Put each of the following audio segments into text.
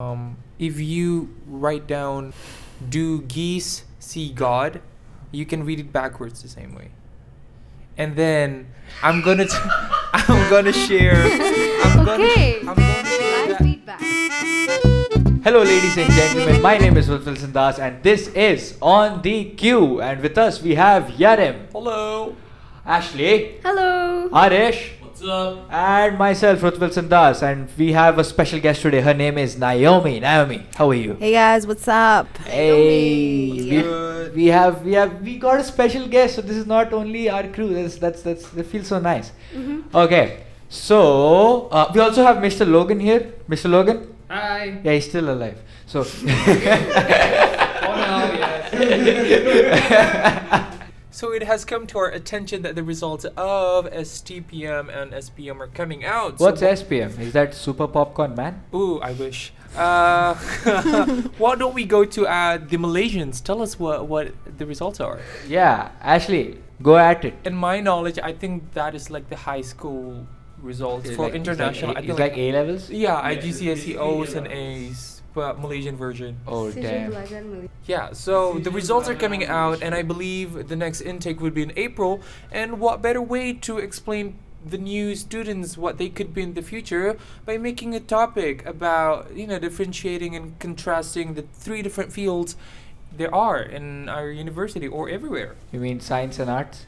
um, if you write down, do geese see God? You can read it backwards the same way. And then I'm gonna, t- I'm gonna share. I'm gonna, Okay. I'm gonna share that- Live feedback. Hello, ladies and gentlemen. My name is Wilson Das, and this is On the Q. And with us, we have Yarim, Hello. Ashley, Hello. Arish, What's up? and myself, Ruth Wilson Das. And we have a special guest today. Her name is Naomi. Naomi, how are you? Hey guys, what's up? Hey, we, Good. we have we have we got a special guest, so this is not only our crew. That's that's that's that feels so nice. Okay, so uh, we also have Mr. Logan here. Mr. Logan, Hi. yeah, he's still alive. So Oh no, yes. So it has come to our attention that the results of STPM and SPM are coming out. So What's what- SPM? Is that Super Popcorn Man? Ooh, I wish. Uh, why don't we go to uh, the Malaysians? Tell us what, what the results are. Yeah, Ashley, go at it. In my knowledge, I think that is like the high school results for international. I It's like, think A levels. yeah, I Yeah, GCSE basically E, O's and A-levels. A's, but Malaysian version. Oh damn. Yeah, so the Decision results are by coming out, and I evaluation. believe the next intake would be in April. And what better way to explain the new students what they could be in the future by making a topic about you know differentiating and contrasting the three different fields there are in our university or everywhere. You mean science and arts?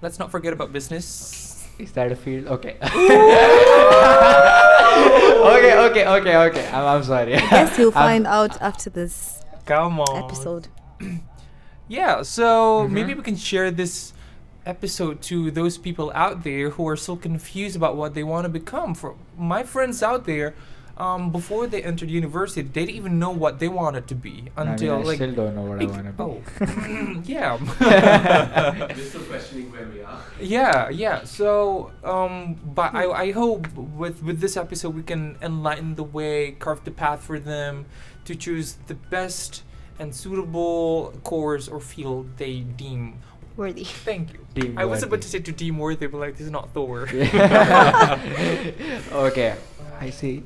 Let's not forget about business. Is that a field? Okay. okay, okay, okay, okay. I'm, I'm sorry. I guess you'll I'm- find out after this Come on. episode. Yeah, so Mhm. maybe we can share this episode to those people out there who are still confused about what they want to become. For my friends out there, um, before they entered university, they didn't even know what they wanted to be I mean, until I like still don't know what I Ex- want to be. oh, yeah. We're still questioning where we are. Yeah, yeah. So, um, but I, I hope with with this episode we can enlighten the way, carve the path for them to choose the best and suitable course or field they deem. Worthy. Thank you. Deem I was about worthy. to say to deem worthy, but like this is not Thor. oh. okay, I see.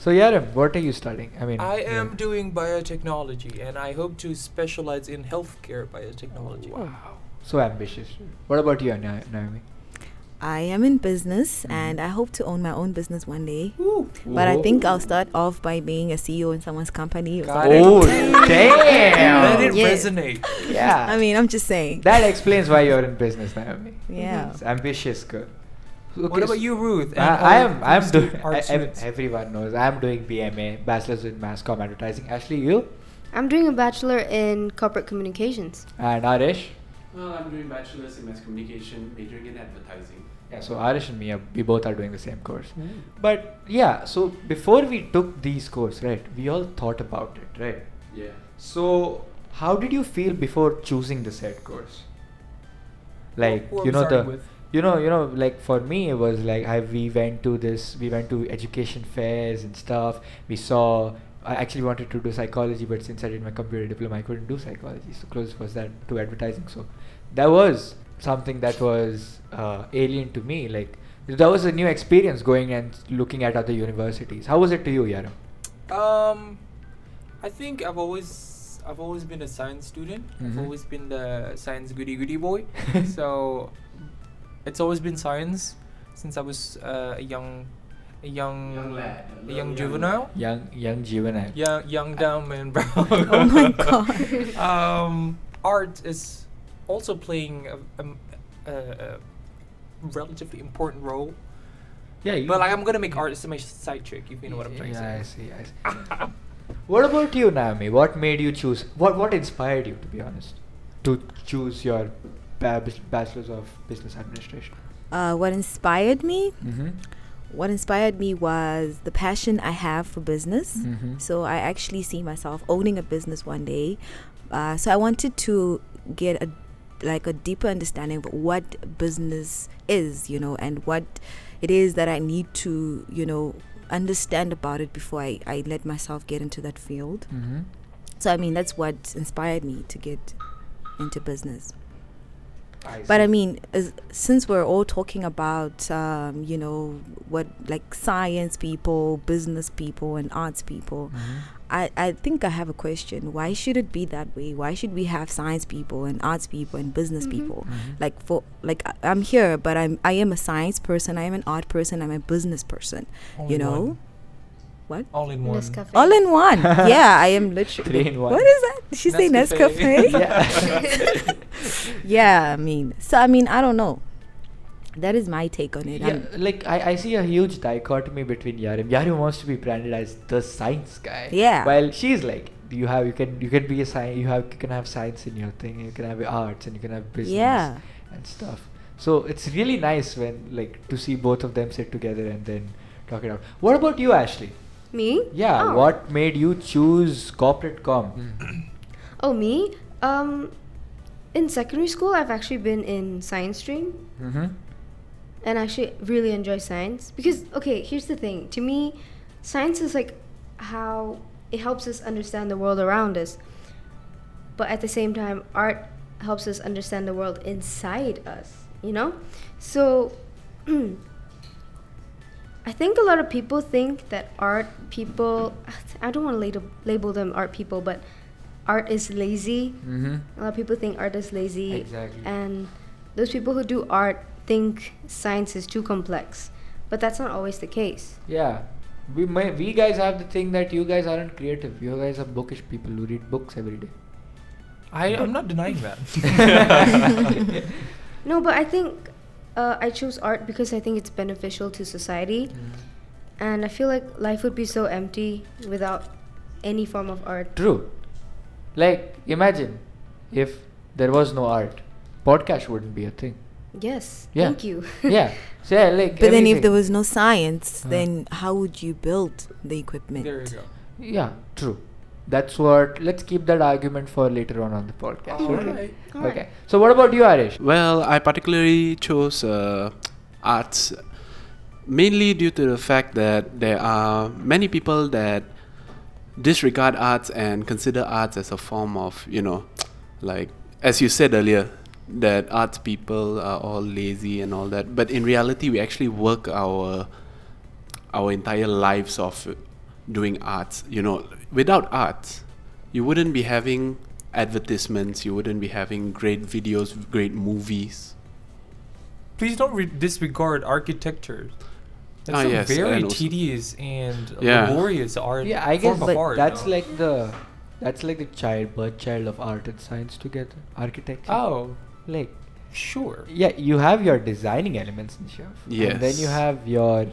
So Yarim, what are you studying? I mean, I am doing. doing biotechnology, and I hope to specialize in healthcare biotechnology. Wow, so ambitious. What about you, Na- Naomi? I am in business and I hope to own my own business one day. Ooh. But I think I'll start off by being a CEO in someone's company or Got something. it. Oh damn! Let it Yeah. resonate. Yeah. I mean, I'm just saying. That explains why you're in business, Naomi. yeah. It's ambitious girl. What about you, Ruth? I, and I all am. I'm these doing. e-, art students? Everyone knows. I'm doing BMA, Bachelor's in Mass Com Advertising. Ashley, you I'm doing a bachelor in corporate communications. and Arish. Well, I'm doing bachelor's in mass communication, majoring in advertising. Yeah. So Arish and me, are, we both are doing the same course. Mm. But yeah. So before we took these course, right? We all thought about it, right? Yeah. So how did you feel before choosing the said course? Like Who are you we know the. starting with? you know you know like for me it was like I, we went to this we went to education fairs and stuff we saw i actually wanted to do psychology but since i did my computer diploma i couldn't do psychology so close was that to advertising so that was something that was uh, alien to me like that was a new experience going and looking at other universities how was it to you yaram Um, I think I've always I've always been a science student. I've Mhm. always been the science goody goody boy. so it's always been science since I was uh, a young, a young, Young lad, a a little young young juvenile, young young juvenile young young dumb and brown. Oh my god. um, art is also playing a, a, a, a relatively important role. yeah you- But like, I'm gonna make art as my side trick. If you know what I'm trying yeah, to I say. see, I see. What about you, Naomi? What made you choose? What What inspired you, to be honest, to choose your ba- bas- bachelor's of business administration? Uh, what inspired me? Mm-hmm. What inspired me was the passion I have for business. Mm-hmm. So I actually see myself owning a business one day. Uh, so I wanted to get a like a deeper understanding of what business is, you know, and what it is that I need to, you know, understand about it before I, I let myself get into that field. Mm-hmm. So I mean that's what inspired me to get into business. But I see. mean, as, since we're all talking about, um, you know, what like science people, business people, and arts people, Mhm. I, I think I have a question. Why should it be that way? Why should we have science people and arts people and business Mhm. people? Mhm. Like for like I- I'm here, but I'm I am a science person. I am an art person. I'm a business person. All you in know, one. what? All in one. Nescafe. All in one. yeah, I am literally. Three in one. What is that? Did she say Nescafe. Nescafe? Yeah. yeah, I mean, so I mean, I don't know. That is my take on it. Yeah, I'm- like I, I see a huge dichotomy between Yarim. Yarim wants to be branded as the science guy. Yeah. While she's like, you have you can you can be a science you have you can have science in your thing, you can have arts and you can have business Yeah. and stuff. So it's really nice when like to see both of them sit together and then talk it out. What about you, Ashley? Me? Yeah. Oh. What made you choose corporate com? Oh, me? Um, in secondary school, I've actually been in science stream Mm-hmm. and actually really enjoy science because okay, here's the thing. To me, science is like how it helps us understand the world around us. But at the same time, art helps us understand the world inside us, you know? So I think a lot of people think that art people I don't want to label, label them art people, but art is lazy Mm-hmm. a lot of people think art is lazy. Exactly. And those people who do art think science is too complex. But that's not always the case. Yeah. We may, we guys have the thing that you guys aren't creative. You guys are bookish people who read books every day. I, I'm not denying that. No, but I think uh, I chose art because I think it's beneficial to society. And I feel like life would be so empty without any form of art. True. Like, imagine if there was no art, podcast wouldn't be a thing. Yes. Yeah. Thank you. Yeah. So, yeah, like. But then, if everything. there was no science, Uh. then how would you build the equipment? there you go. Yeah, true. That's what. Let's keep that argument for later on on the podcast. All okay. right. All right. Okay. So, what about you, Arish? Well, I particularly chose uh, arts mainly due to the fact that there are many people that disregard arts and consider arts as a form of, you know, like as you said earlier, that arts people are all lazy and all that. But in reality, we actually work our our entire lives of doing arts. You know, without arts, you wouldn't be having advertisements. You wouldn't be having great videos, great movies. Please don't re- disregard architecture. That's Ah, a yes, very and also- tedious and Yeah. laborious art. Yeah, I guess form of but art, that's no? like the. That's like the child, birth child of art and science together. Architecture. Oh, Like, sure. yeah, you have your designing elements and stuff. And then you Yes. have your.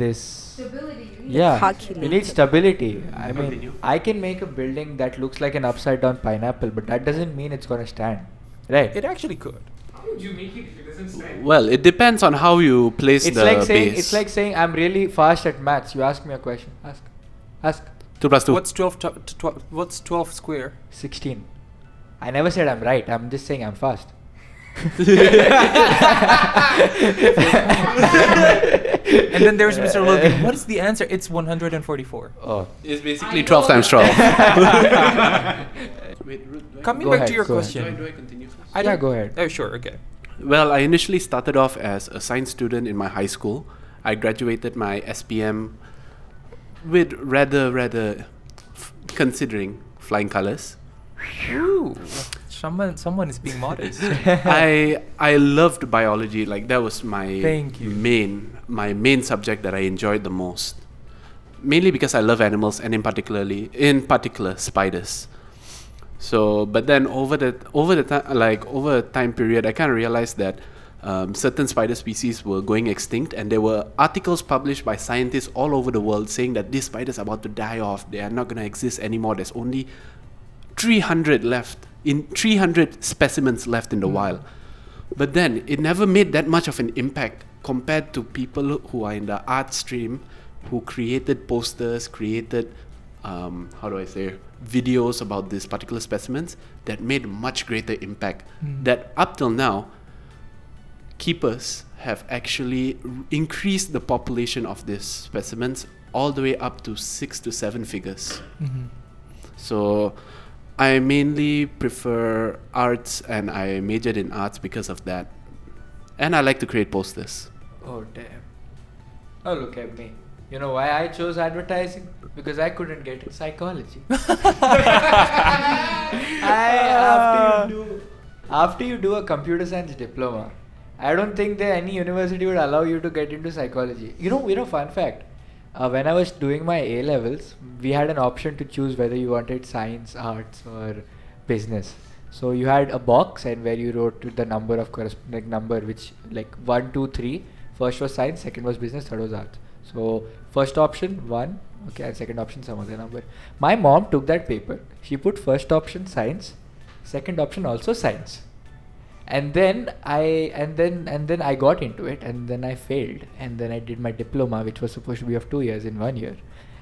This. Stability. Yeah, you Calculate. need stability. I Continue. mean, I can make a building that looks like an upside down pineapple, but that doesn't mean it's gonna stand, right? It actually could. How would you make it if it doesn't stand? Well, it depends on how you place it's the like saying base. it's like saying I'm really fast at maths. You ask me a question. Ask, ask. two plus two. What's 12, to- to- tw- what's 12 square? Sixteen. I never said I'm right. I'm just saying I'm fast. And then there's Mr. Logan. What is the answer? It's 144. Oh, It's basically twelve times twelve. Wait, Ruth, do I Oh. Coming Go back ahead, to your go ahead. question. Do I, do I continue first? I Yeah, don't- go ahead. Oh, sure. Okay. Well, I initially started off as a science student in my high school. I graduated my SPM with rather, rather f- considering flying colors. Ooh. Someone, someone is being modest. I I loved biology. Like that was my Thank you. main my main subject that I enjoyed the most. Mainly because I love animals and in particularly in particular spiders. So, but then over the over the time like over a time period, I kind of realized that um, certain spider species were going extinct, and there were articles published by scientists all over the world saying that these spiders are about to die off. They are not going to exist anymore. There's only 300 left in 300 specimens left in the wild but then it never made that much of an impact compared to people who are in the art stream who created posters created um, how do i say videos about these particular specimens that made much greater impact that up till now keepers have actually r- increased the population of these Mm-hmm. specimens all the way up to six to seven figures so I mainly prefer arts, and I majored in arts because of that. And I like to create posters. Oh damn. Oh look at me. You know why I chose advertising? Because I couldn't get in psychology. I after you do after you do a computer science diploma, I don't think that any university would allow you to get into psychology. You know, you know, fun fact. Uh, when I was doing my A levels, we had an option to choose whether you wanted science, arts, or business. So you had a box and where you wrote the number of corresponding like number which like one, two, three. First was science, second was business, third was arts. So first option one, okay, and second option some other number. My mom took that paper. She put first option science, second option also science and then i and then and then i got into it and then i failed and then i did my diploma which was supposed to be of 2 years in 1 year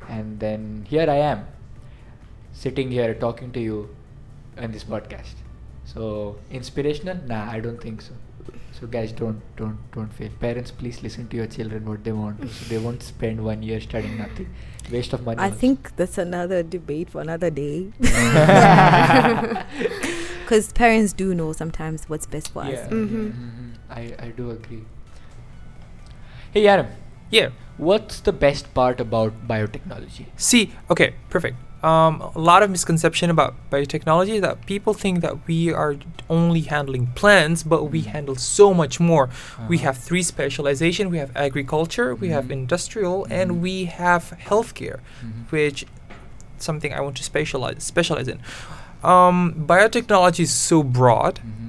and then here i am sitting here talking to you on this podcast so inspirational nah i don't think so so guys don't don't don't fail parents please listen to your children what they want so they won't spend 1 year studying nothing waste of money I also. think that's another debate for another day. Yeah. Because parents do know sometimes what's best for Yeah. us. Mhm. Mhm. I, I do agree. Hey, Yaram, Yeah. what's the best part about biotechnology? See, okay, perfect. Um, a lot of misconception about biotechnology is that people think that we are only handling plants, but we Mhm. handle so much more. We Uh-huh. have three specialization. We have agriculture, we have Mhm. industrial, and Mhm. we have healthcare, Mhm. which something I want to specialize specialize in. Um, biotechnology is so broad. Mhm.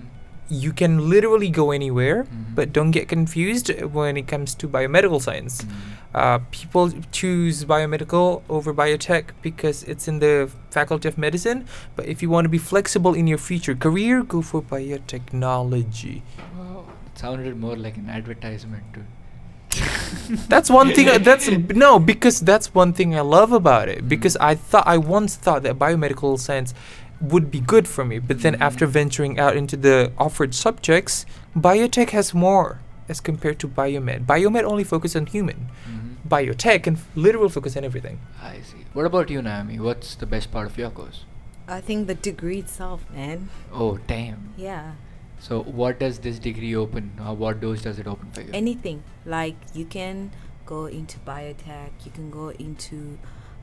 You can literally go anywhere, Mhm. but don't get confused when it comes to biomedical science Mm-hmm. uh, people choose biomedical over biotech because it's in the faculty of medicine. But if you want to be flexible in your future career, go for biotechnology. Wow. It sounded more like an advertisement, dude. That's one thing. I- that's no, because that's one thing I love about it. Because Mm. I thought I once thought that biomedical science would be good for me, but then Mm. after venturing out into the offered subjects, biotech has more as compared to biomed. Biomed only focus on human. Mhm. Biotech can f- literal focus on everything. I see. What about you, Naomi? What's the best part of your course? I think the degree itself, man. Oh, damn. Yeah. So, what does this degree open? Or what doors does it open for you? Anything. Like you can go into biotech, you can go into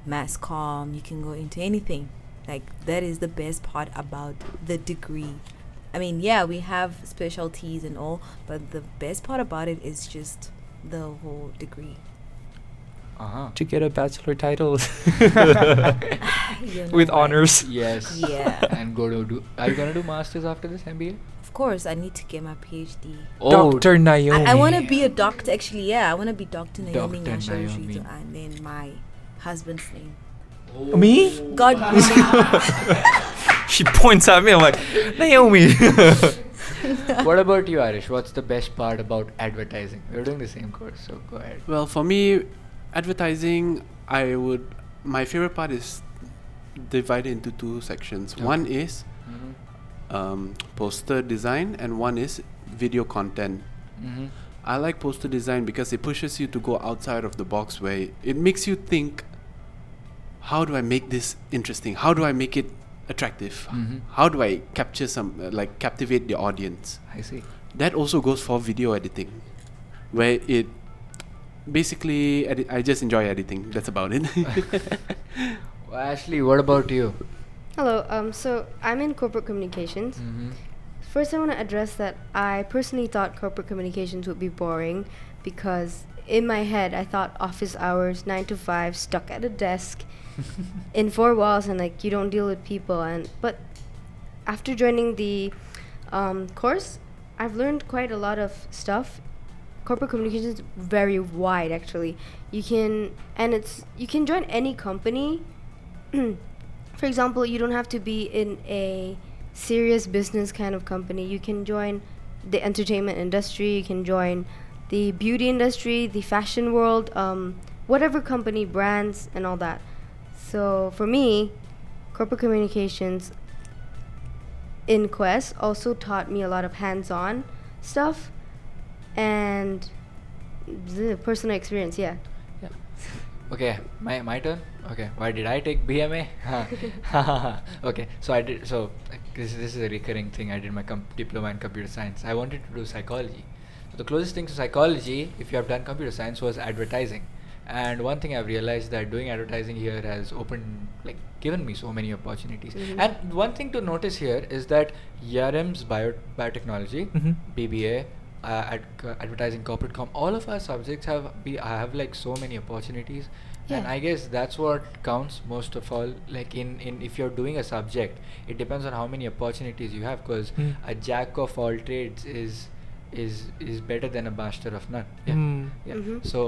mass comm, you can go into anything. Like that is the best part about the degree. I mean, yeah, we have specialties and all, but the best part about it is just the whole degree. Uh-huh. to get a bachelor title You know with what? honors. Yes. Yeah. And go to do. Are you gonna do masters after this MBA? Of course, I need to get my PhD. Oh. Dr. Naomi. I, I want to be a doctor. Actually, yeah, I want to be Doctor Naomi Dr. Nyasha Naomi. Rosito, and then my husband's name. Me? God. She points at me. I'm like, Naomi. what about you, Arish? What's the best part about advertising? We're doing the same course, so go ahead. Well, for me, advertising, I would. My favorite part is divided into two sections. Okay. One is Mm-hmm. um, poster design, and one is video content. Mm-hmm. I like poster design because it pushes you to go outside of the box where it makes you think how do I make this interesting? How do I make it attractive? Mhm. How do I capture some uh, like captivate the audience? Mm-hmm. I see. That also goes for video editing where it basically edit, I just enjoy editing. That's about it. Well, Ashley, what about you? Hello. Um. So I'm in corporate communications. Mm-hmm. First, I want to address that I personally thought corporate communications would be boring because in my head I thought office hours, nine to five, stuck at a desk, in four walls, and like you don't deal with people. And but after joining the um, course, I've learned quite a lot of stuff. Corporate communications is very wide actually. You can and it's you can join any company. For example, you don't have to be in a serious business kind of company. You can join the entertainment industry, you can join the beauty industry, the fashion world, um, whatever company, brands, and all that. So for me, corporate communications in Quest also taught me a lot of hands on stuff and the personal experience, yeah. Yeah. Okay, my my turn. Okay, why did I take BMA? Huh. okay, so I did. So like, this this is a recurring thing. I did my com- diploma in computer science. I wanted to do psychology. So the closest thing to psychology, if you have done computer science, was advertising. And one thing I've realized that doing advertising here has opened, like, given me so many opportunities. Mhm. And one thing to notice here is that ERM's bio biotechnology, Mhm. BBA, uh, ad- co- advertising, corporate com, all of our subjects have be have like so many opportunities, and Yeah. I guess that's what counts most of all. Like in in if you're doing a subject, it depends on how many opportunities you have. Because Hmm. a jack of all trades is is is better than a master of none. Yeah. Hmm. Yeah. Mhm. So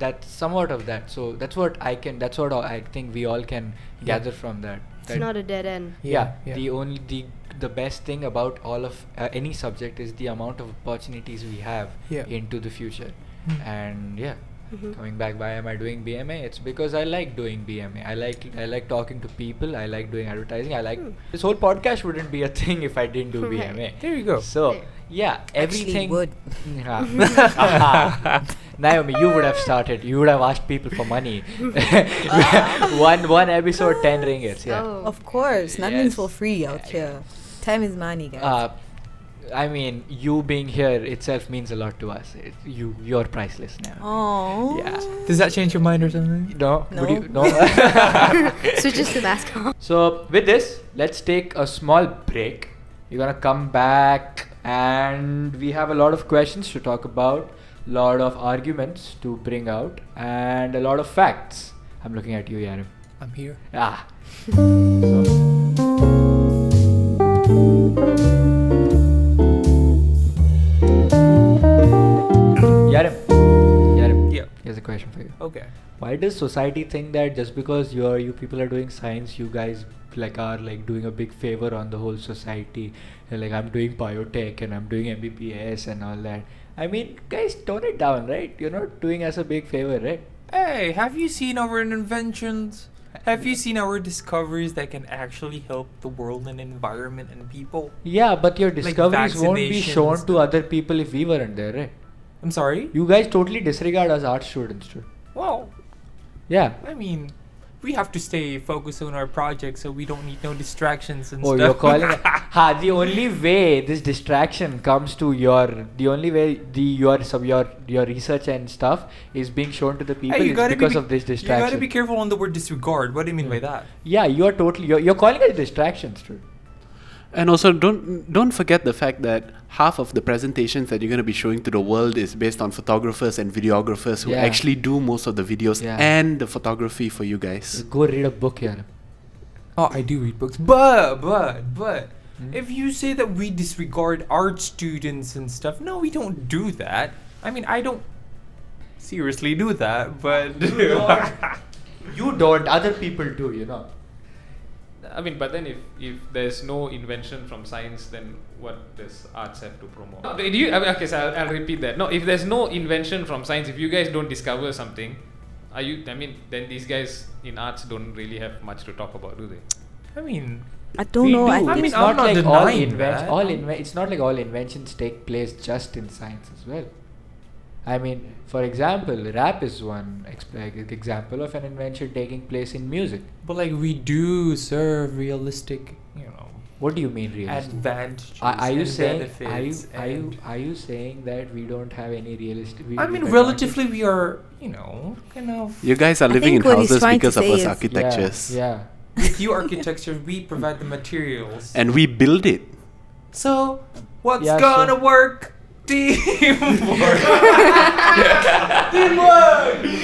that's somewhat of that. So that's what I can. That's what I think we all can Yeah. gather from that. It's that not a dead end. yeah, Yeah, yeah. the only the the best thing about all of uh, any subject is the amount of opportunities we have Yeah. into the future Mm. and yeah Mhm. coming back why am i doing bma it's because i like doing bma i like i like talking to people i like doing advertising i like Hmm. this whole podcast wouldn't be a thing if i didn't do Right. bma There you go. so There. yeah Actually, everything would. Yeah. naomi you would have started you would have asked people for money one one episode 10 ringgits yeah Oh. Of course, nothing's for Yes. free out Yeah, here. Time is money, guys. Uh, I mean, you being here itself means a lot to us. It, you, you're priceless now. oh. Uh, Yeah. Does that change your mind or something? No, would you? No. No. so just the mask on. so with this, let's take a small break. We're gonna come back, and we have a lot of questions to talk about, lot of arguments to bring out, and a lot of facts. I'm looking at you, Yarim. I'm here. Ah. Yarim. Yarim. Yeah. Here's a question for you. Okay. Why does society think that just because you are you people are doing science, you guys like are like doing a big favor on the whole society? You're like I'm doing biotech and I'm doing MBBS and all that. I mean, guys, tone it down, right? You're not doing us a big favor, right? Hey, have you seen our inventions? Have you seen our discoveries that can actually help the world and environment and people? Yeah, but your discoveries won't be shown vaccinations. to other people if we weren't there, right? I'm sorry? You guys totally disregard us art students, dude. Well, Yeah. I mean, we have to stay focused on our project so we don't need no distractions and Oh, stuff. you're calling. ha! The only way this distraction comes to your, the only way the your sub your your research and stuff is being shown to the people Hey, you is gotta because be, of this You gotta distraction. be careful on the word disregard. What do you mean by Mm. that? yeah, you are totally. You're, you're calling us distractions, dude. And also, don't don't forget the fact that half of the presentations that you're going to be showing to the world is based on photographers and videographers who Yeah. actually do most of the videos Yeah. Mm. and the photography for you guys. Go read a book, yeah. Oh, I do read books, but but but Hmm? if you say that we disregard art students and stuff, no, we don't do that. I mean, I don't seriously do that, but You don't. Other people do. You know. I mean, but then if, if there's no invention from science, then what does arts have to promote? No, do you, I mean, okay, so I'll, I'll repeat that. No, if there's no invention from science, if you guys don't discover something, are you? I mean, then these guys in arts don't really have much to talk about, do they? I mean, I don't We know. I do. I think mean, it's I'm not like all denying inven- that. all inven- it's not like all inventions take place just in science as well i mean for example rap is one exp- like, example of an invention taking place in music but like we do serve realistic, you know, what do you mean realistic advantages. are, are you and saying are you, benefits are you and- are you saying that we don't have any realistic we I don't mean, have relatively, we are, you know, kind of. You guys are I living in think what he's houses trying to because of say us is- Yeah, advantages? architectures, yeah, With you architecture, we provide the materials. and we build it. So, what's Yeah, gonna so- work? Teamwork. Teamwork.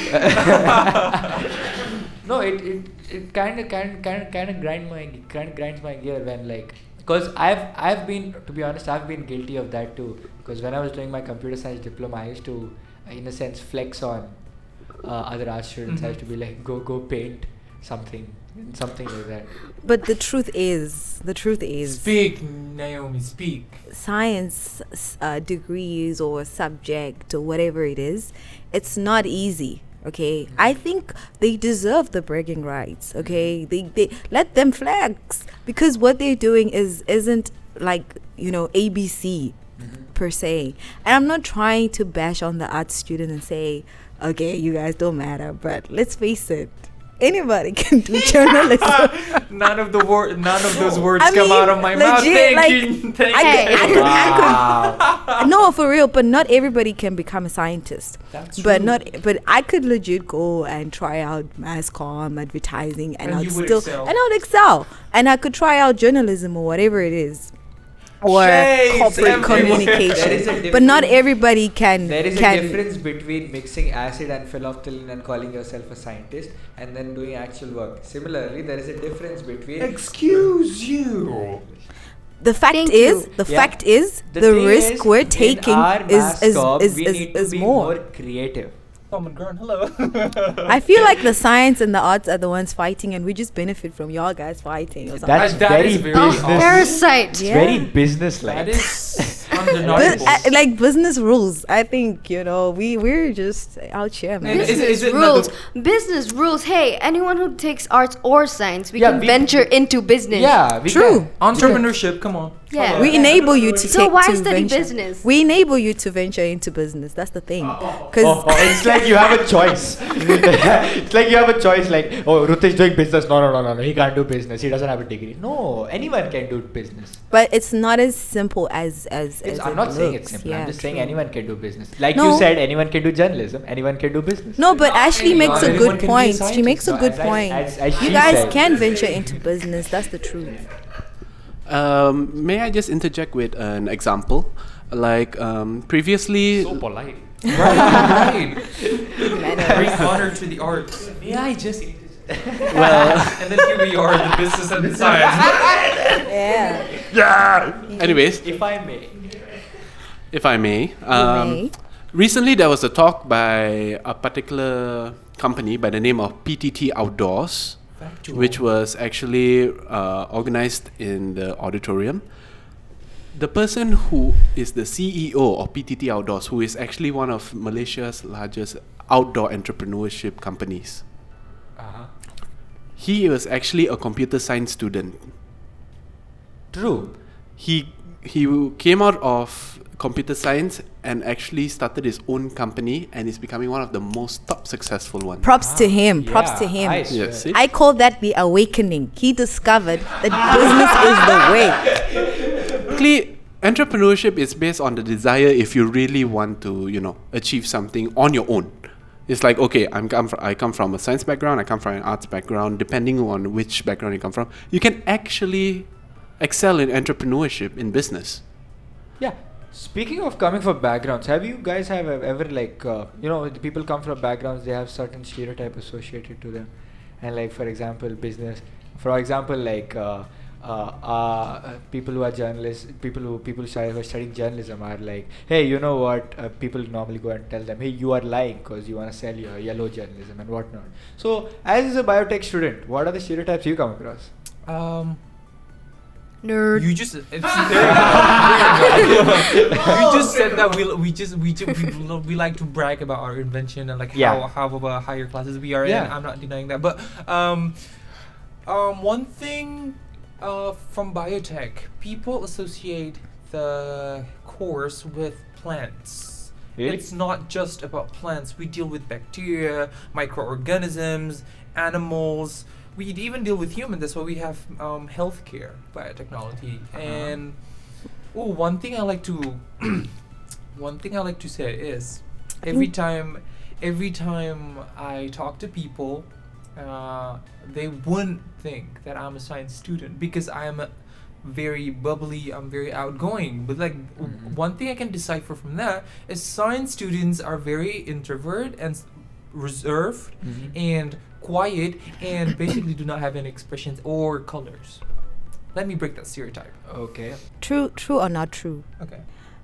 no it it, it kind of kind kind kind of grind my kind of grinds my gear when like because i've i've been to be honest i've been guilty of that too because when i was doing my computer science diploma i used to in a sense flex on uh, other art students i used to be like go go paint something something like that But the truth is, the truth is, speak, Naomi. Speak. science s- uh, degrees or subject or whatever it is, it's not easy. Okay, Mm-hmm. I think they deserve the bragging rights. Okay, they, they let them flex because what they're doing is isn't like you know Mm-hmm. ABC per se. And I'm not trying to bash on the art student and say Okay, you guys don't matter, but let's face it, anybody can do journalism. none of the word, none of those words I come out mean, of my legit, mouth. Thank like, you, thank I you. could- I could- Wow. no, for real, but not everybody can become a scientist. That's but true. not but I could legit go and try out mass comm advertising and, And I'd you would still excel. and I'd excel. And I could try out journalism or whatever it is. Or Shades corporate everywhere. There is a communication. difference. But not everybody can There is can a difference between mixing acid and phenolphthalein and calling yourself a scientist and then doing actual work. Similarly, there is a difference between Excuse you. the fact Thank is you. the Yeah. fact is the, thing risk is, we're in taking our is mass is comm, is, we is, need to is be more. creative. Common ground. Hello. I feel like the science and the arts are the ones fighting, and we just benefit from y'all guys fighting. Or something. That's that very is very business- awesome. Oh, Parasite. Yeah. very that businesslike. is Bu- undeniable. uh, like business rules, I think you know we we're just out here, man. And is Business it- is it not rules. Business rules. Hey, anyone who takes arts or science, we Yeah, can we- venture into business. Yeah, we True. can. Entrepreneurship. Come on. Yeah. Come on. We enable you to So take why to study venture- business? We enable you to venture into business. That's the thing, Oh, because oh, it's like you have a choice. it's like you have a choice. Like, oh, Ritesh doing business. No, no, no, no, no. He can't do business. He doesn't have a degree. No, anyone can do business. but it's not as simple as as. It's, as I'm it not saying looks. it's simple. Yeah, I'm just true. saying anyone can do business. Like No. you said, anyone can do journalism. Anyone can do business. No, but Not Ashley anyone. makes a Anyone can good be a point. She scientist. makes a No, good as I- point. as- as you she guys said. can venture into business. That's the truth. Um, may I just interject with an example? Like um, previously, So polite. Bring honor to the arts. May I just? well, And then here we are, the business and the science. Yeah. anyways, If I may. if I may, um, may. recently there was a talk by a particular company by the name of PTT Outdoors, which was actually uh, organized in the auditorium. The person who is the CEO of PTT Outdoors, who is actually one of Malaysia's largest outdoor entrepreneurship companies, Uh-huh. he was actually a computer science student. True. He he w- came out of computer science and actually started his own company and is becoming one of the most top successful ones. Props to him. Props ah, Yeah, to him. I swear. Yes, see? I call that the awakening. He discovered that business is the way. Basically, entrepreneurship is based on the desire if you really want to, you know, achieve something on your own. It's like okay, I'm come fr- I come from a science background, I come from an arts background. Depending on which background you come from, you can actually excel in entrepreneurship in business. Yeah. Speaking of coming from backgrounds, have you guys have ev- ever like uh, you know the people come from backgrounds they have certain stereotype associated to them, and like for example business, for example like uh, uh, uh, people who are journalists, people who people stu- who are studying journalism are like, hey, you know what? Uh, people normally go and tell them, hey, you are lying because you want to sell your yellow journalism and whatnot. So as a biotech student, what are the stereotypes you come across? Um, Nerd. you just it's, you just said that we we just we ju- we, lo- we like to brag about our invention and like Yeah. how how about higher classes we are in. Yeah. I'm not denying that, but um, um, one thing uh, from biotech, people associate the course with plants. Really? It's not just about plants. We deal with bacteria, microorganisms, animals. We d- even deal with humans. That's why we have um, healthcare, biotechnology, and oh, one thing I like to, one thing I like to say is, every time, every time I talk to people, uh, they wouldn't think that I'm a science student because I'm a very bubbly, I'm very outgoing. But like w- Mhm. one thing I can decipher from that is science students are very introvert and s- reserved Mhm. and quiet and basically do not have any expressions or colors. Let me break that stereotype. Okay. True, true or not true? Okay.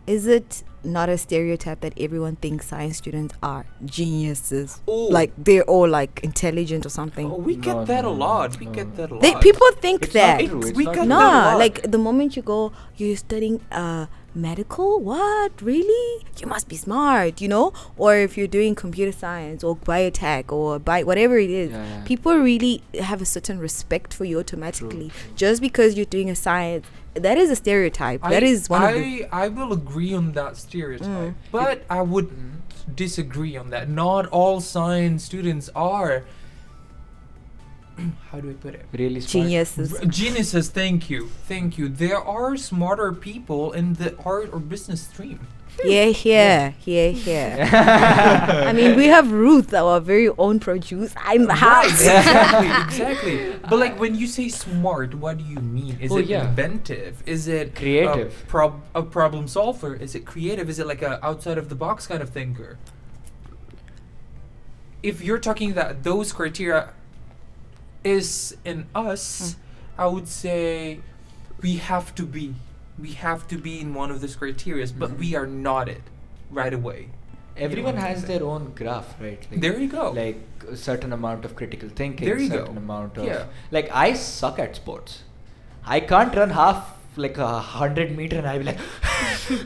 Is it not a stereotype that everyone thinks science students are geniuses? Oh. Like they're all like intelligent or something. Oh, we No, get that no, a no, lot. We no. get that a lot. They, people think It's not that. true, it's we not got true. that a Nah, lot. like the moment you go, you're studying uh, medical? What? Really? You must be smart, you know? Or if you're doing computer science or biotech or bi- whatever it is, Yeah, yeah. people really have a certain respect for you automatically just because you're doing a science. That is a stereotype. that is one I, of the. Mm. I will agree on that stereotype, but I would disagree on that. Not all science students are. How do I put it? Really smart. Geniuses. R- Geniuses, thank you, thank you. There are smarter people in the art or business stream. Yeah, here, here, here. I mean, we have Ruth, our very own producer in the house. exactly, exactly. But like when you say smart, what do you mean? Is Oh, it yeah. inventive? Is it Creative. A, prob- a problem solver? Is it creative? Is it like a outside of the box kind of thinker? If you're talking that those criteria is in us, I would say we have to be. We have to be in one of those criteria, but we are not it right away. Everyone has their own graph, right? There you go. Like a certain amount of critical thinking. There you certain go. amount of Yeah. like I suck at sports. I can't run half like a hundred meter, and I'll be like.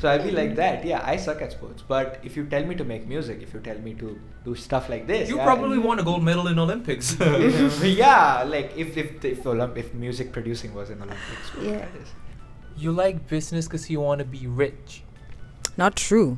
so I'll be like that. Yeah, I suck at sports. But if you tell me to make music, if you tell me to do stuff like this, You yeah, probably won a gold medal in Olympics. yeah, like if if if, Olymp- if music producing was an Olympic sport, Yeah. that is. You like business because you want to be rich. Not true.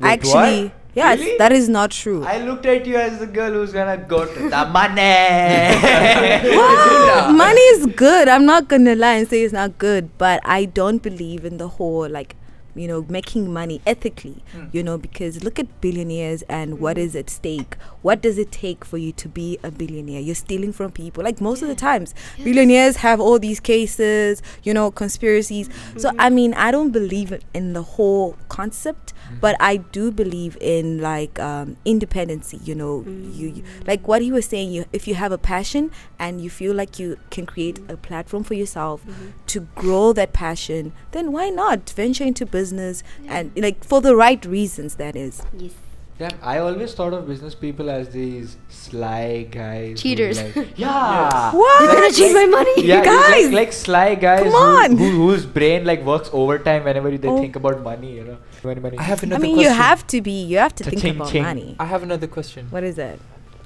Wait, Actually, what? yes, Really? that is not true. I looked at you as the girl who's gonna go to the money. Wow, money is good. I'm not gonna lie and say it's not good, but I don't believe in the whole like you know making money ethically you know because look at billionaires and what is at stake what does it take for you to be a billionaire you're stealing from people like most of the times billionaires have all these cases you know conspiracies so i mean i don't believe i- in the whole concept but i do believe in like um independency you know you, you Mm. like what he was saying you if you have a passion and you feel like you can create a platform for yourself Mm-hmm. to grow that passion then why not venture into business and like for the right reasons that is Ah. Yes. Damn, I always thought of business people as these sly guys. who Cheaters. like- yeah. What? You're gonna cheat my money. Yeah, it's like- Guys! like, sly guys Come who- on. Who, whose brain like works overtime whenever they Oh. think about money, you know. Money, money. I have i another mean question. you have to be you have to think Cha-ching, about ching. Ah. money I have another question. what is that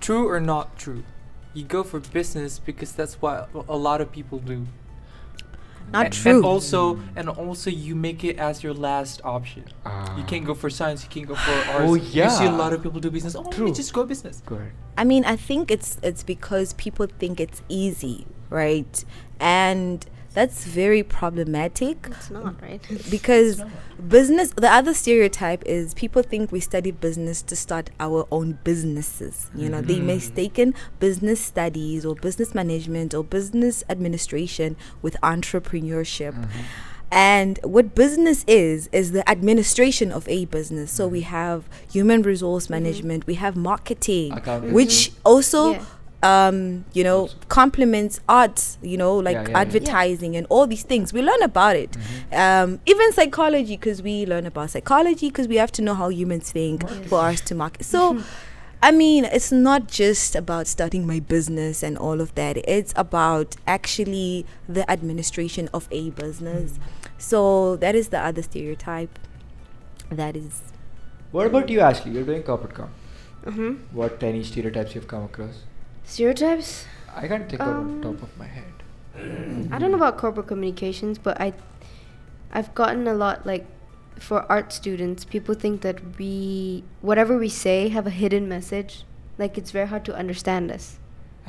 True or not true? You go for business because that's what a lot of people do. not and, true And also, and also, you make it as your last option. Ah. You can't go for science. You can't go for arts. Oh, You see a yeah. lot of people do business. Oh, let me True. just go business. Go ahead. I mean, I think it's it's because people think it's easy, right? And that's very problematic It's not right. because business the other stereotype is people think we study business to start our own businesses you know they mistaken business studies or business management or business administration with entrepreneurship And what business is, is the administration of a business. So we have human resource management, we have marketing, Accounting. which also Yeah. um, you know, complements arts, you know, like Yeah, yeah, yeah. advertising and all these things. We learn about it. Um, even psychology, because we learn about psychology, because we have to know how humans think for us to market. So, I mean, it's not just about starting my business and all of that, it's about actually the administration of a business. So, that is the other stereotype. That is What about you, Ashley? You're doing corporate com. hmm What any stereotypes you've come across? Stereotypes. I can't think of Um, on top of my head. I don't know about corporate communications, but I, I've gotten a lot like, for art students, people think that we whatever we say have a hidden message. Like it's very hard to understand us.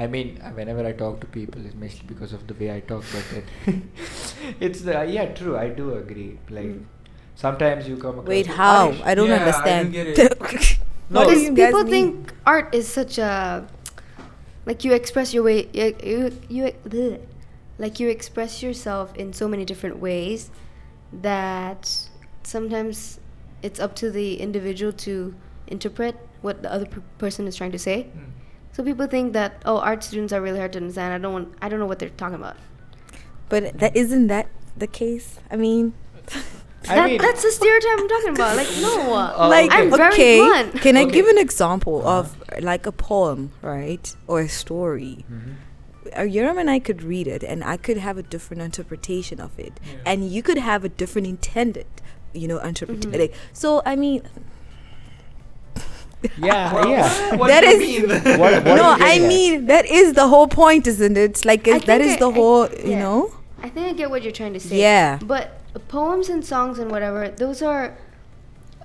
I mean, uh, whenever I talk to people, it's mostly because of the way I talk. But then it's the yeah, true. I do agree. Like Mm. sometimes you come across. Hmm. wait, with- how? Irish. I don't Yeah, I don't understand. get it. No, do because you guys people mean? think art is such a, like you express your way, you, you, you bleh. like you express yourself in so many different ways, that sometimes it's up to the individual to interpret what the other per- person is trying to say. Mm. So people think that oh, art students are really hard to understand. I don't want, I don't know what they're talking about. But that isn't that the case. I mean, I that, mean- that's the stereotype I'm talking about. Like no, Oh, like I'm very okay, blunt. can I Okay. give an example of like a poem, right, or a story? uh, Yoram and I could read it, and I could have a different interpretation of it, Yeah. and you could have a different intended, you know, interpretation. Mhm. Like, so, I mean, Yeah, yeah. What That do you is- mean? What- what are you no, I getting at? mean that is the whole point, isn't it? It's like I it, that think is I- the I- whole, you yeah. know. I think I get what you're trying to say. Yeah. But poems and songs and whatever, those are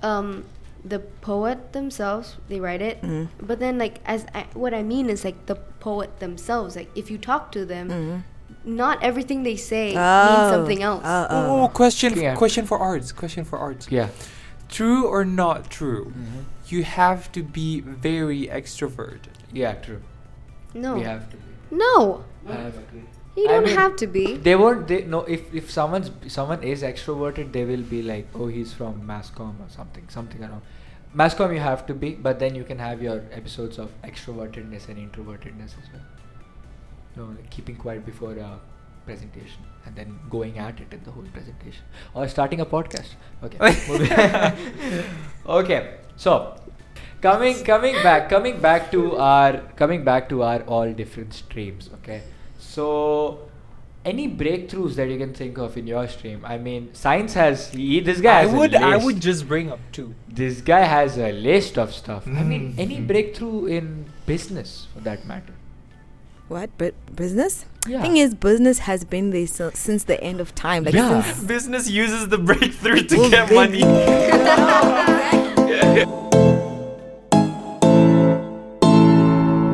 um, the poet themselves. They write it. Mhm. But then, like, as I, what I mean is like the poet themselves. Like, if you talk to them, Mhm. not everything they say Oh, means something else. oh, Oh, oh. question, Yeah. question for arts. Question for arts. Mm-hmm. Yeah. True or not true? Mhm. You have to be very extroverted. Yeah, true. No. We have to. No. I have- You I don't mean- have to be. They won't. They no. If if someone's someone is extroverted, they will be like, oh, he's from mass comm or something, something around. Mass comm you have to be, but then you can have your episodes of extrovertedness and introvertedness as well. No, like keeping quiet before a presentation and then going at it in the whole presentation or starting a podcast. Okay. moving- okay. So, coming coming back coming back to our coming back to our all different streams. Okay. So, any breakthroughs that you can think of in your stream? I mean, science has he- this guy. I has a would, I list. would just bring up two. This guy has a list of stuff. I mean, any Mhm. breakthrough in business for that matter. What? But business? Yeah. Thing is, business has been there si- since the end of time. Like Yeah. since Business uses the breakthrough to Well, get they- money.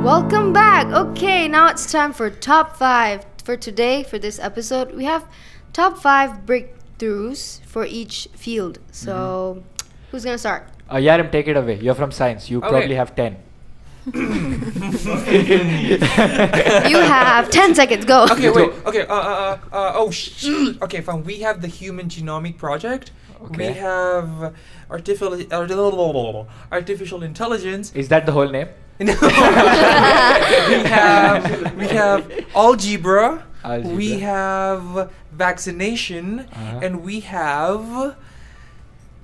Welcome back. Okay, now it's time for top five. For today, for this episode, we have top five breakthroughs for each field. So, Mm-hmm. who's gonna start? Uh, Yarim, take it away. You're from science. You Okay. probably have 10. You have 10 seconds, go. Okay, You wait. do. Okay, uh, uh, uh, uh oh, sh- okay, fine. We have the Human Genomic Project. Okay. We have artificial uh, artificial intelligence. Is that the whole name? No. we have we have algebra. We Algebra. have vaccination, Uh-huh. and we have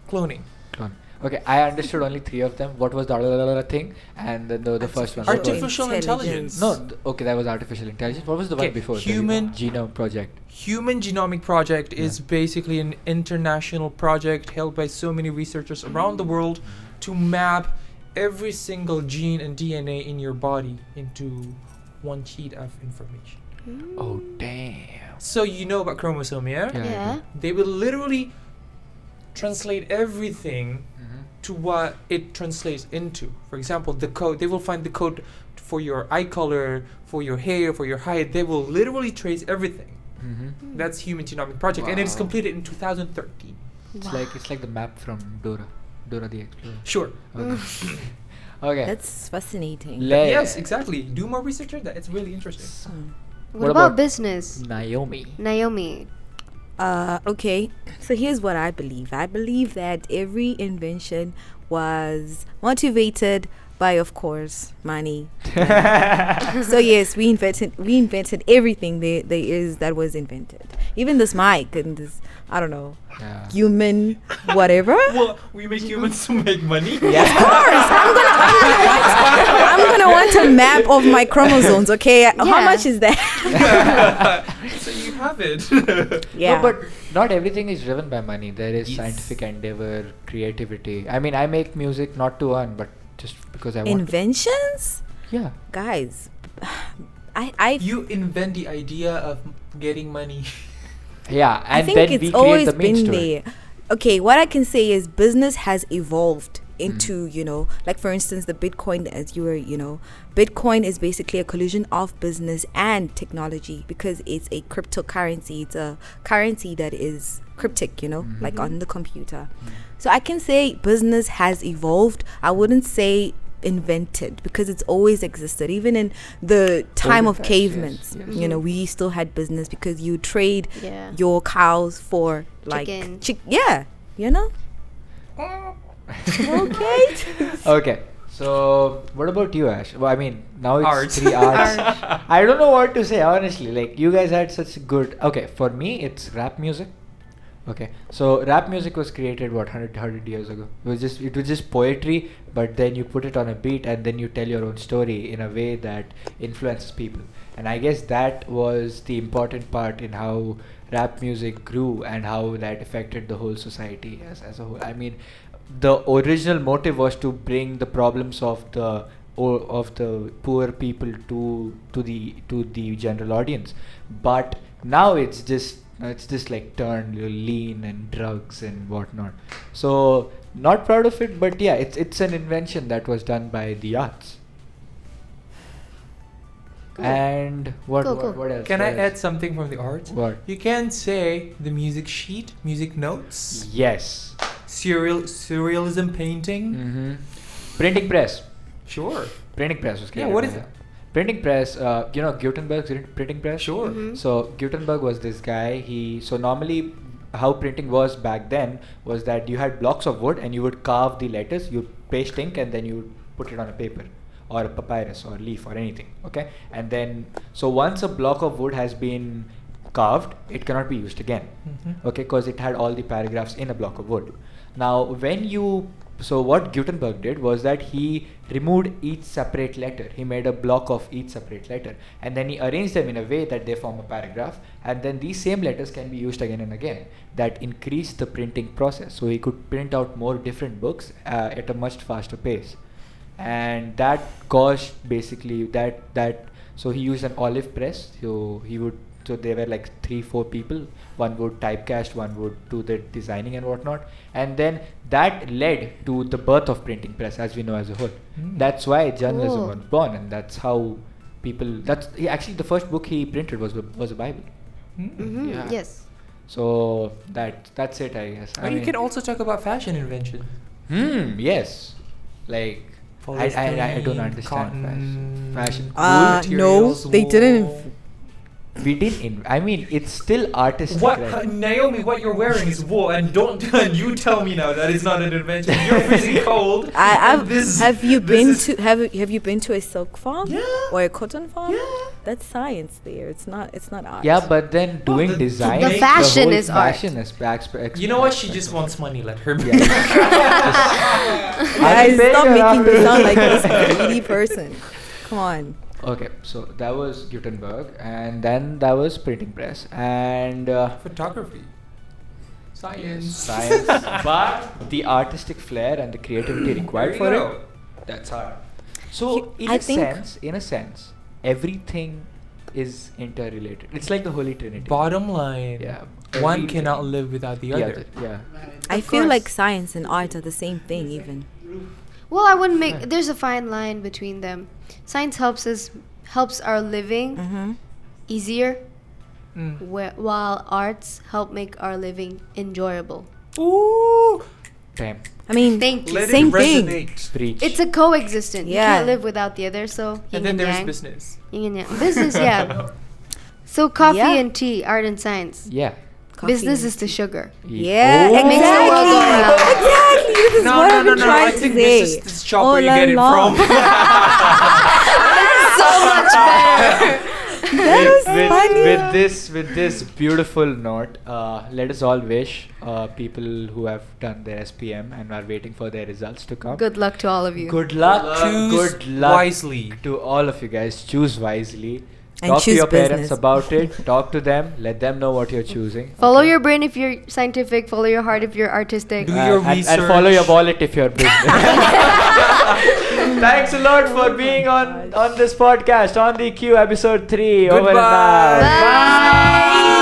cloning. Clone. Okay, I understood only three of them. What was the other- other thing? And then the, the first one. what was- Artificial intelligence. Intelligence. No, th- okay, that was artificial intelligence. What was the one Okay, before? The human- genome project. Human Genomic Project is basically an international project held by so many researchers around the world to map every single gene and DNA in your body into one sheet of information. Oh damn. So you know about chromosome, yeah? Yeah. Yeah. They will literally translate everything to what it translates into. For example, the code, they will find the code for your eye color, for your hair, for your height. They will literally trace everything. hmm That's Human Genomic Project, and it's Wow. completed in 2013. It's like it's like the map from Dora, Dora the Explorer. Sure. Okay. okay. that's fascinating. Le- Yes, exactly. Do more research on that. It's really interesting. Mm. What, What about, about- Mm. business? Naomi. Naomi. Uh, okay, so here's what I believe. I believe that every invention was motivated by, of course, money. so yes, we invented we invented everything there, there is that was invented. Even this mic and this I don't know Yeah. human whatever. Well, we make humans to make money. Of course, I'm gonna I'm gonna, want, I'm gonna want a map of my chromosomes. Okay, how Yeah. much is that? so you have it. yeah, No, but not everything is driven by money. There is Yes. scientific endeavor, creativity. I mean, I make music not to earn, but just because I want. inventions, to. Yeah. guys. I I you invent the idea of getting money. Yeah, and I think then it's we create always the means to been there. it. Okay, what I can say is business has evolved into Mm. you know like for instance the bitcoin as you were you know bitcoin is basically a collision of business and technology because it's a cryptocurrency it's a currency that is cryptic you know like on Mm-hmm. the computer Mm. so i can say business has evolved i wouldn't say invented because it's always existed even in the time of times, yes, Mm-hmm. cavemen yes. you know we still had business because you trade Yeah. your cows for like Chicken. chick- yeah you know okay Okay. So, what about you, Ash? Well, I mean, now it's Arts. three arts. I don't know what to say, honestly. Like, you guys had such good. Okay, for me, it's rap music. Okay, so rap music was created what 100, 100 years ago. It was just it was just poetry, but then you put it on a beat and then you tell your own story in a way that influences people. And I guess that was the important part in how rap music grew and how that affected the whole society as as a whole. I mean, the original motive was to bring the problems of the o- of the poor people to to the to the general audience but now it's just it's just like turned lean and drugs and whatnot so not proud of it but yeah it's it's an invention that was done by the arts Cool. and what Cool, what, cool. what else Can I what add else? something from the arts? what You can say the music sheet, music notes, yes Mm. surreal surrealism painting. mm-hmm. printing press Sure. printing press was Yeah, created what by is the- it? printing press uh, you know gutenberg's print- printing press Sure. Mhm. So Gutenberg was this guy. He so normally how printing was back then was that you had blocks of wood and you would carve the letters, you paste ink, and then you would put it on a paper or a papyrus or leaf or anything. Okay, and then so once a block of wood has been carved, it cannot be used again. Mhm. Okay, because it had all the paragraphs in a block of wood. Now when you so what Gutenberg did was that he removed each separate letter. He made a block of each separate letter and then he arranged them in a way that they form a paragraph and then these same letters can be used again and again. That increased the printing process so he could print out more different books uh, at a much faster pace. And that caused basically that that so he used an olive press. So he would so there were like three four people. One would typecast, one would do the designing and whatnot. And then that led to the birth of printing press as we know as a whole. Mm. That's why journalism Cool. was born, and that's how people. That's he, actually the first book he printed was the- was a Bible. Mm. hmm Yeah. Yes. So that that's it, I guess. I Or you mean- can also talk about fashion invention. Hmm. Yes. Like I, I, I, I don't Polystyrene, understand fashion. cotton. Fashion. Uh, no, materials, they didn't. wool. We didn't. In, I mean, it's still artistic. What right? Naomi? What you're wearing is wool, and don't and you tell me now that is not an invention. You're freezing cold. I, and I've, this- have you this been is- to have you- have you been to a silk farm Yeah. or a cotton farm? Yeah. That's science there. It's not it's not art. Yeah, but then Well, doing the- to design. make- The fashion whole is art. fashion is back- exp- You know what? She exp- just wants money. Let her be. Yeah. Guys, been there stop making after- me sound like this greedy person. Come on. Okay, so that was Gutenberg, and then that was printing press, and. Uh, Photography. Science. science, but the artistic flair and the creativity required for There you it. That's hard. So He- in I a think- sense, in a sense, everything is interrelated. It's like the Holy Trinity. Bottom line. Yeah. One everything. cannot live without the The other. other. Yeah. I Of feel like course. science and art are the same thing even. Well, I wouldn't Yeah. make. There's a fine line between them. Science helps us helps our living Mhm. easier, Mm. wh- while arts help make our living enjoyable. Ooh. Damn. I mean, Thank you. Let Same it thing. resonate. Preach. It's a coexistence. You Yeah. can't live without the other. So yin And then and there's yang. business. Yin and yang. Business, yeah. So coffee Yeah. and tea, art and science. yeah. coffee Business and- is the sugar. Ye- Yeah, Oh. exactly. Makes the world go round. exactly. This is No, what no, I've no, been no, trying I to think say. this is this shop where you All get it along. from. so much better. That was with, funny. with this with this beautiful note, uh, let us all wish uh, people who have done their SPM and are waiting for their results to come. Good luck to all of you. Good luck. Choose good luck wisely. to all of you guys. Choose wisely. And Talk to choose your parents business. about it. Talk to them. Let them know what you're choosing. Follow okay? your brain if you're scientific. Follow your heart if you're artistic. Do Uh, your and, and follow your research. wallet if you're business. Thanks a lot for being on on this podcast on the Q episode three. Over and Goodbye. out. Bye.